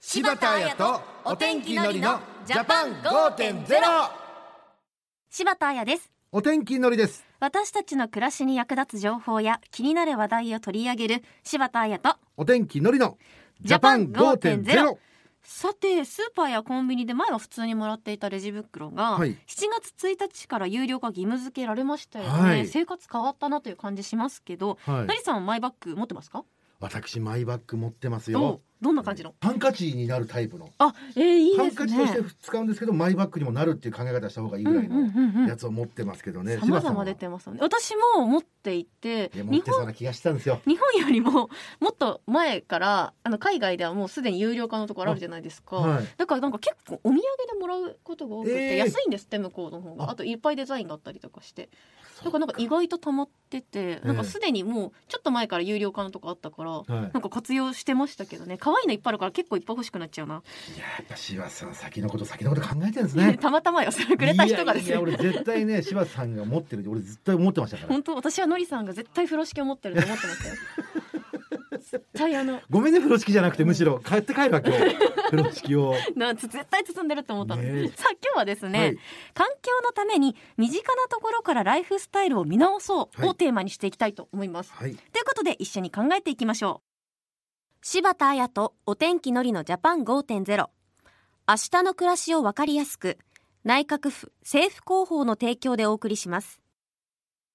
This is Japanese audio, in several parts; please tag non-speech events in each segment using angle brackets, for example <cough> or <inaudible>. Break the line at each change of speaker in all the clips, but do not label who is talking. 柴田彩とお天気のりのジャパン5.0
柴田彩です
お天気のりです
私たちの暮らしに役立つ情報や気になる話題を取り上げる柴田彩と
お天気のりのジャパン5.0
さてスーパーやコンビニで前は普通にもらっていたレジ袋が、
はい
7月1日から有料化義務付けられましたよね、
はい
生活変わったなという感じしますけど、
はい
のりさんはマイバッグ持ってますか
私マイバッグ持ってます
どう
よ
どんな感じの、
ハンカチになるタイプの
あ、えー、いい
ハ
で
ン
す
カチとして
ね
使うんですけどマイバッグにもなるっていう考え方した方がいいぐらい
うんうんうんうん
のやつを持ってますけどね
様
柴田さん
々
は
出てますよね私も持っていて
いや持っ
日
てそう
本
な気がしてたんですよ
日本よりももっと前からあの海外ではもうすでに有料化のところあるじゃないですか、
はい
だからなんか結構お土産でもらうことが多くて、
えー
安いんですって向こうの方が
あ
あといっぱいデザインがあったりとかしてだからなんか意外と溜まってて、なんかすでにもうちょっと前から有料化のとこあったから、
はい
なんか活用してましたけどね可愛いのいっぱいあるから結構いっぱい欲しくなっちゃうな、
いややっぱ柴田さん先のこと先のこと考えてるんですね
<laughs> たまたまよそれくれた人がです
いやい
ね
や俺絶対ね柴田さんが持ってるって俺絶対思ってましたから
本当私はのりさんが絶対風呂敷を持ってると思ってましたよ
<laughs>
絶対あの
ごめんね風呂敷じゃなくてむ
<laughs>
しろ買って帰るわ今日風呂敷を
な絶対包んでると思ったの、
ねえ
さあ今日はですね、
はい
環境のために身近なところからライフスタイルを見直そう
は
を
い
テーマにしていきたいと思います、
はい
ということで一緒に考えていきましょう柴田彩とお天気のりのジャパン5.0明日の暮らしをわかりやすく内閣府政府広報の提供でお送りします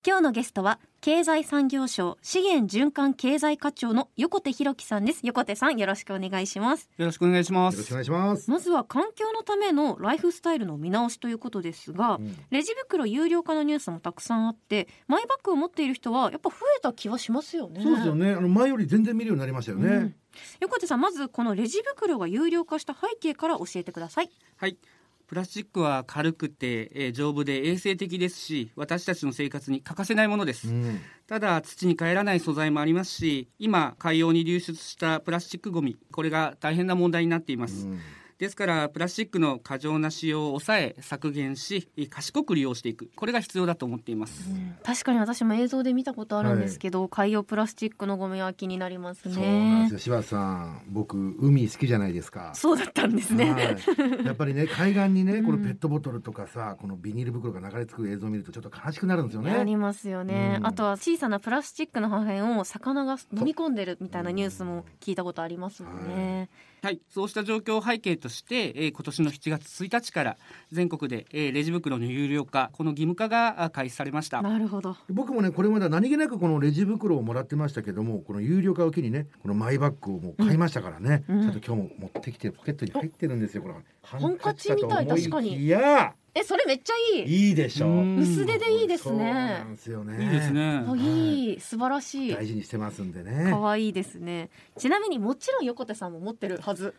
今日のゲストは経済産業省資源循環経済課長の横手弘樹さんです横手さんよろしくお願いします
よろしくお願いし
よ
ま
ろしくお
す。
願いします、
まずは環境のためのライフスタイルの見直しということですが、
うん
レジ袋有料化のニュースもたくさんあってマイバッグを持っている人はやっぱ増えた気はしますよね。
そうですよねあの前より全然見るようになりましたよね、
うん横手さんまずこのレジ袋が有料化した背景から教えてください。
はい。プラスチックは軽くて、えー丈夫で衛生的ですし、私たちの生活に欠かせないものです。
うん
ただ土に帰らない素材もありますし、今海洋に流出したプラスチックごみ、これが大変な問題になっています。
うん
ですからプラスチックの過剰な使用を抑え削減し、えー賢く利用していく、これが必要だと思っています。
確かに私も映像で見たことあるんですけど、海洋プラスチックのゴミは気になりますね。
そうなんですよ柴田さん僕海好きじゃないですか
そうだったんですね。
はい、やっぱりね海岸にねこの
うん
ペットボトルとかさ、このビニール袋が流れ着く映像を見るとちょっと悲しくなるんですよ
あり
ね。
ますよね、
うん
あとは小さなプラスチックの破片を魚が飲み込んでるみたいなニュースも聞いたことありますもんね、
はい、そうした状況を背景として、えー今年の7月1日から全国で、えーレジ袋の有料化、この義務化があ開始されました。
なるほど
僕もねこれまでは何気なくこのレジ袋をもらってましたけどもこの有料化を機にねこのマイバッグをもう買いましたからね、
うん
ちゃんと今日も持ってきてポケットに入ってるんですよこれハ
ンカチみたい
と思
確かに
いや
えそれめっちゃいい
いいでしょ
うん
薄手でいいです
そうな
ね
んですよね
いいですね。
あいい素晴らしい
大事にしてますんでね
可愛いですねちなみにもちろん横手さんも持ってるはず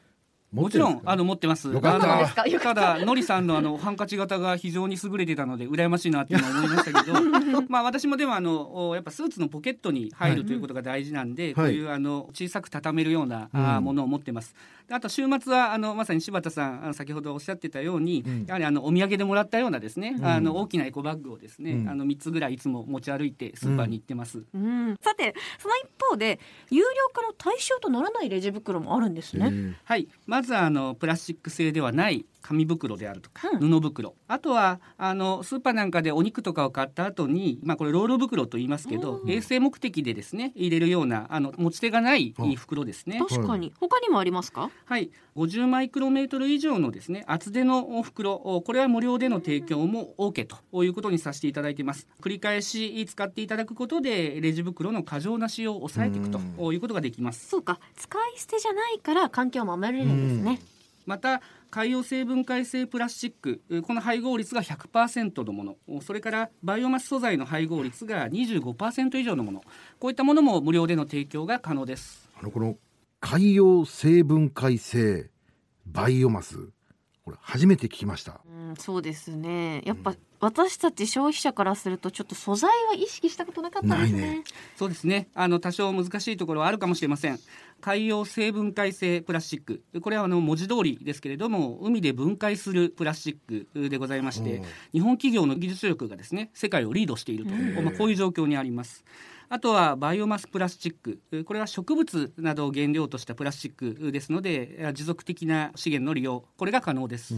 もちろんあ
の
の持ってます。
よかった
あの
ですかよか
ただのりさんのあのハンカチ型が非常に優れてたので羨ましいなっていうのは思いましたけど、まあ私もでもあのおやっぱスーツのポケットに入
はい
るということが大事なんで、
い
こういうあの小さく畳めるような、あ
う
ー
ん
ものを持ってます。であと週末はあのまさに柴田さんあの先ほどおっしゃってたように、
うん
やはりあのお土産でもらったようなですね、
うん
あの大きなエコバッグをですね、
うん
あの三つぐらいいつも持ち歩いてスーパーに行ってます。
うんさてその一方で有料化の対象とならないレジ袋もあるんですね、
はい、まずはあのプラスチック製ではない紙袋であるとか、
う
布袋あとはあのスーパーなんかでお肉とかを買った後にまあこれロール袋と言いますけど
う
衛生目的でですね入れるようなあの持ち手がない
あ
袋ですね
確かに他にもありますか
はい50マイクロメートル以上のですね厚手のお袋おこれは無料での提供も OK ということにさせていただいています繰り返し使っていただくことでレジ袋の過剰な使用を抑えていくということができます
そうか使い捨てじゃないから環境を守れるんですね、
また海洋成分解性プラスチックえーこの配合率が100%のものおそれからバイオマス素材の配合率が25%以上のものこういったものも無料での提供が可能です
あのこの海洋成分解性バイオマスこれ初めて聞きました
うん、そうですねやっぱ私たち消費者からするとちょっと素材は意識したことなかったで
な
す
い
ね
ね
そうですねあの多少難しいところはあるかもしれません海洋成分解性プラスチックこれはあの文字通りですけれども海で分解するプラスチックでございまして
うん
日本企業の技術力がですね世界をリードしていると、
ん
まあ、こういう状況にありますあとはバイオマスプラスチックえーこれは植物などを原料としたプラスチックですのでえー持続的な資源の利用これが可能です、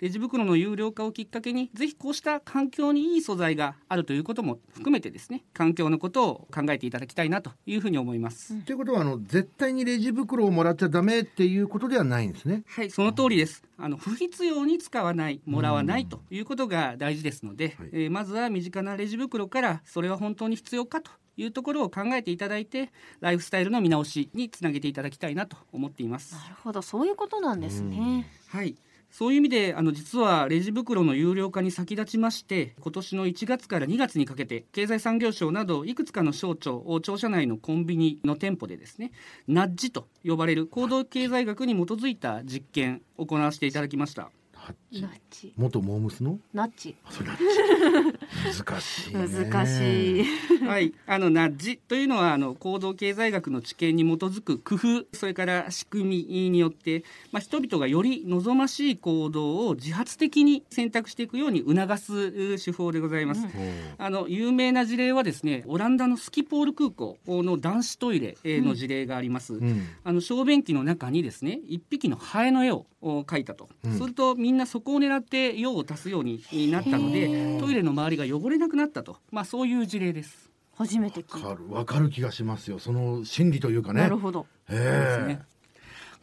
レジ袋の有料化をきっかけにぜひこうした環境にいい素材があるということも含めてですね環境のことを考えていただきたいなというふうに思います、
ということはあの絶対にレジ袋をもらっちゃダメっていうことではないんですね。
はい、その通りです。あの不必要に使わない、もらわないということが大事ですので、
はい
えーまずは身近なレジ袋からそれは本当に必要かというところを考えていただいて、ライフスタイルの見直しにつなげていただきたいなと思っています。
なるほどそういうことなんですね。
はい。そういう意味であの実はレジ袋の有料化に先立ちまして今年の1月から2月にかけて経済産業省などいくつかの省庁を庁舎内のコンビニの店舗でですねナッジと呼ばれる行動経済学に基づいた実験を行わせていただきました
ナッジ
ナッチ
元モームスの
ナッチ
あそうナッジ難しいね。
難しい。 <laughs>
はい、あのナッジというのはあの行動経済学の知見に基づく工夫それから仕組みによって、まあ、人々がより望ましい行動を自発的に選択していくように促すう手法でございます。
うん
お
あの有名な事例はですねオランダのスキポール空港の男子トイレえーの事例があります。
ううん。
あの小便器の中にですね一匹のハエの絵をお描いたと、
うん
するとみんなそこを狙って用を足すようになったの
へ
で
ー
トイレの周りが汚れなくなったと、まあ、そういう事例です。
初めて聞いた。
わかるわかる気がしますよ。その心理というかね。
なるほど。
です
え
ね。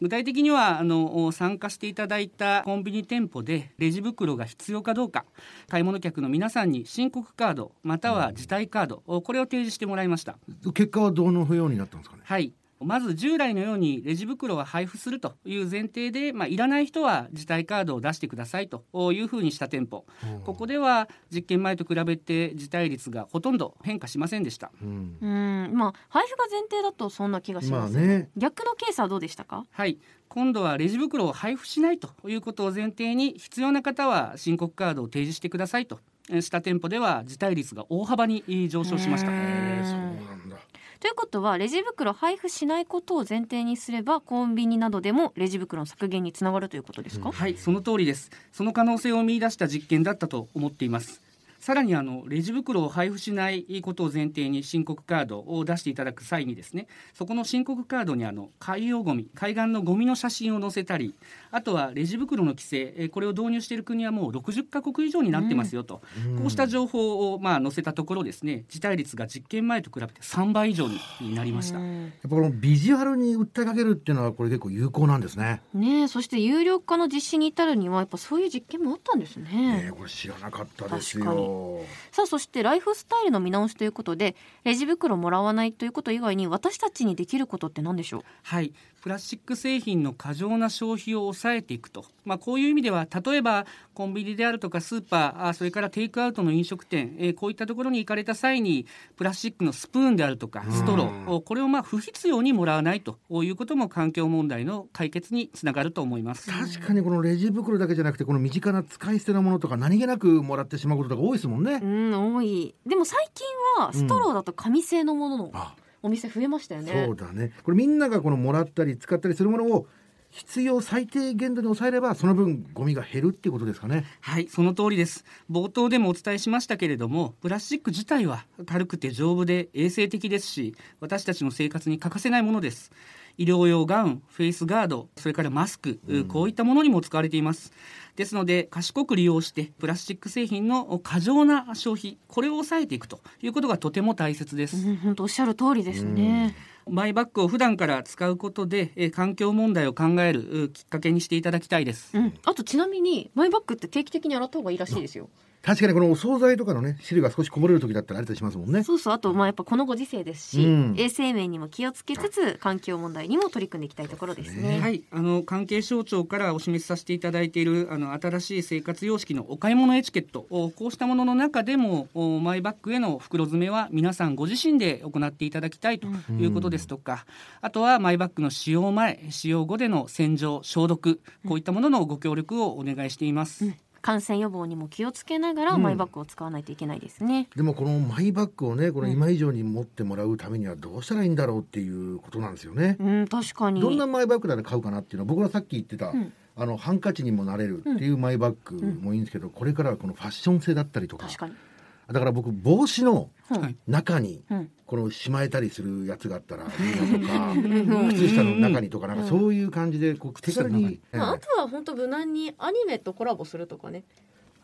具体的にはあの参加していただいたコンビニ店舗でレジ袋が必要かどうか買い物客の皆さんに申告カードまたは辞退カードこれを提示してもらいました。
え結果はどのようになったんですかね。
はいまず従来のようにレジ袋は配布するという前提で、まあ、いらない人は辞退カードを出してくださいというふうにした店舗ここでは実験前と比べて辞退率がほとんど変化しませんでした。
うん。
うんまあ配布が前提だとそんな気がし
ま
ま
あ
す。
ね。
逆のケースはどうでしたか？
はい、今度はレジ袋を配布しないということを前提に必要な方は申告カードを提示してくださいとえーした店舗では辞退率が大幅にえー上昇しました
へー
ええそうなんだ。
ということはレジ袋配布しないことを前提にすればコンビニなどでもレジ袋の削減につながるということですか？
はいその通りですその可能性を見出した実験だったと思っていますさらにあのレジ袋を配布しないことを前提に申告カードを出していただく際にですねそこの申告カードにあの海洋ゴミ海岸のゴミの写真を載せたりあとはレジ袋の規制えーこれを導入している国はもう60カ国以上になってますよと、
ん
こうした情報をまあ載せたところですね辞退率が実験前と比べて3倍以上になりました。
うん
やっぱこのビジュアルに訴えかけるっていうのはこれ結構有効なんですね。
ねえそして有料化の実施に至るにはやっぱそういう実験もあったんですね。
ねえこれ知らなかったです
確か
よ。
さあそしてライフスタイルの見直しということでレジ袋もらわないということ以外に私たちにできることって何でしょう
はい、プラスチック製品の過剰な消費を抑えていくと、まあ、こういう意味では例えばコンビニであるとかスーパーあそれからテイクアウトの飲食店、えーこういったところに行かれた際にプラスチックのスプーンであるとかストロー
う
おこれをまあ不必要にもらわないということも環境問題の解決につながると思います。
確かにこのレジ袋だけじゃなくてこの身近な使い捨てのものとか何気なくもらってしまうこととか多いですもんね。
うん多いでも最近はストローだと紙製のものの
あ
お店増えましたよね、
そうだね。これみんながこのもらったり使ったりするものを必要最低限度に抑えればその分ゴミが減るっていうことですかね。
はい、その通りです。冒頭でもお伝えしましたけれども、プラスチック自体は軽くて丈夫で衛生的ですし、私たちの生活に欠かせないものです。医療用ガウン、フェイスガード、それからマスク、こういったものにも使われています。ですので、賢く利用して、プラスチック製品の過剰な消費、これを抑えていくということがとても大切です。
うん本当おっしゃる通りですね、
マイバッグを普段から使うことで、えー環境問題を考えるうきっかけにしていただきたいです。
うんあとちなみにマイバッグって定期的に洗った方がいいらしいですよ
確かにこのお惣菜とかのね汁が少しこぼれる時だったらあれたりしますもんね。
そうそうあとまあやっぱこのご時世ですし、
うん
衛生面にも気をつけつつ環境問題にも取り組んでいきたいところですね
はい、あの関係省庁からお示しさせていただいているあの新しい生活様式のお買い物エチケットおこうしたものの中でもおマイバッグへの袋詰めは皆さんご自身で行っていただきたいということですとか、あとはマイバッグの使用前使用後での洗浄消毒こういったもののご協力をお願いしています。
感染予防にも気をつけながらマイバッグを使わないといけないですね、
でもこのマイバッグをねこの今以上に持ってもらうためにはどうしたらいいんだろうっていうことなんですよね。
うん、確かに
どんなマイバッグなら買うかなっていうのは僕はさっき言ってた、
ん
あのハンカチにもなれるっていうマイバッグもいいんですけど、これからはこのファッション性だったりとか
確かに、
だから僕帽子の
うん
はい
中に
うん
このしまえたりするやつがあったらいいなとか靴下の中にとかなんかそういう感じでこう手軽に、ええ
まあ、あとは本当無難にアニメとコラボするとかね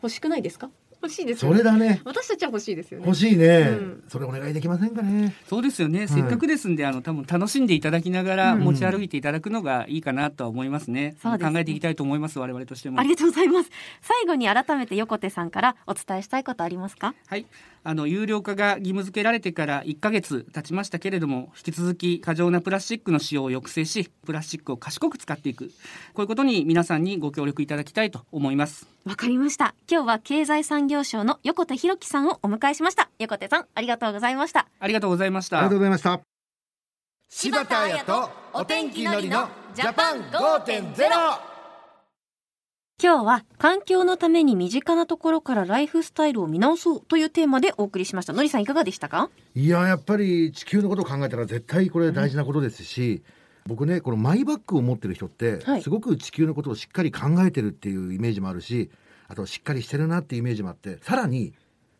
欲しくないですか欲しいですよね
それだね
私たちは欲しいですよね
欲しいね、
うん
それお願いできませんかね
そうですよね、せっかくですんであの多分楽しんでいただきながら
うん
持ち歩いていただくのがいいかなとは思いますね,、
そうですね
考えていきたいと思います我々としても
ありがとうございます。最後に改めて横手さんからお伝えしたいことありますか
はい、あの有料化が義務付けられてから1ヶ月経ちましたけれども引き続き過剰なプラスチックの使用を抑制しプラスチックを賢く使っていくこういうことに皆さんにご協力いただきたいと思います
わかりました。今日は経済産業省の横手弘樹さんをお迎えしました。横手さん、ありがとうございました。
ありがとうございまし
あり
た
がとうございました
柴田彩とお天気のりのジャパン5.0今日は環境のために身近なところからライフスタイルを見直そうというテーマでお送りしました。のりさんいかがでしたか
いややっぱり地球のことを考えたら絶対これ大事なことですし、僕ねこのマイバッグを持ってる人って、
はい
すごく地球のことをしっかり考えてるっていうイメージもあるしあとしっかりしてるなっていうイメージもあってさらに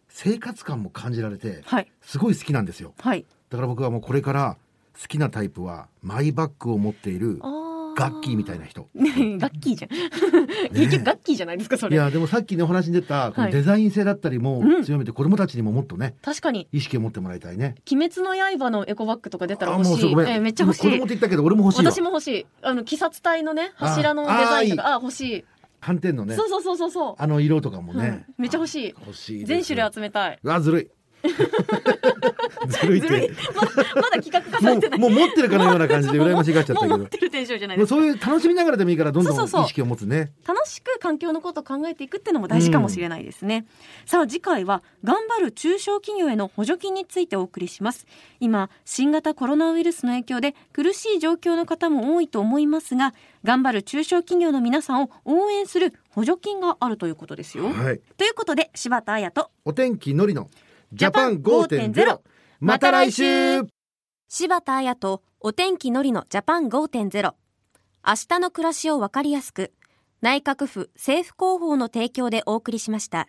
生活感も感じられて
はい。
すごい好きなんですよ
はい。
だから僕はもうこれから好きなタイプはマイバッグを持っているガッキーみたい
な。
な人
<laughs> ガッキーじゃん。結局ガッキーじゃないですか、そ
い
れ。
やでもさっきねお話に出たこ
は
の
い
デザイン性だったりも
うん
強めて子供たちにももっとね
確かに。
意識を持ってもらいたいね、
鬼滅の刃のエコバッグとか出たら
あ
欲
もう
し
そ
い。
ごめん、
えーめっちゃ欲し
もう子
い
供って。言ったけど俺も欲しいわ
私も欲しい。あの、鬼殺隊のね、
あ
柱のデザインとかあ欲し
斑点の
い、
ね
そうそうそうそうそ
あの色とかもね、
うんめっちゃ欲しい
あ欲しいで
う
す
全種類集めたいう
わずるい
<laughs>
ずるいっ
ず
<laughs>
るい
て
まだまだ企画化さ
も
れてな
う
い
もう持ってるかのような感じで羨ましがっちゃっ
<laughs>
た
も
け
う
ど
持ってるテンションじゃないで
もう
すか
そういう楽しみながらでもいいからどんどん
そう
意
そうそう
識を持つね
楽しく環境のことを考えていくっていうのも大事かもしれないですね、さあ次回は頑張る中小企業への補助金についてお送りします今新型コロナウイルスの影響で苦しい状況の方も多いと思いますが頑張る中小企業の皆さんを応援する補助金があるということですよ、
はい
ということで柴田彩と
お天気のりのジャパン
5.0
5.0また来週
柴田彩とお天気のりのジャパン5.0明日の暮らしをわかりやすく内閣府政府広報の提供でお送りしました。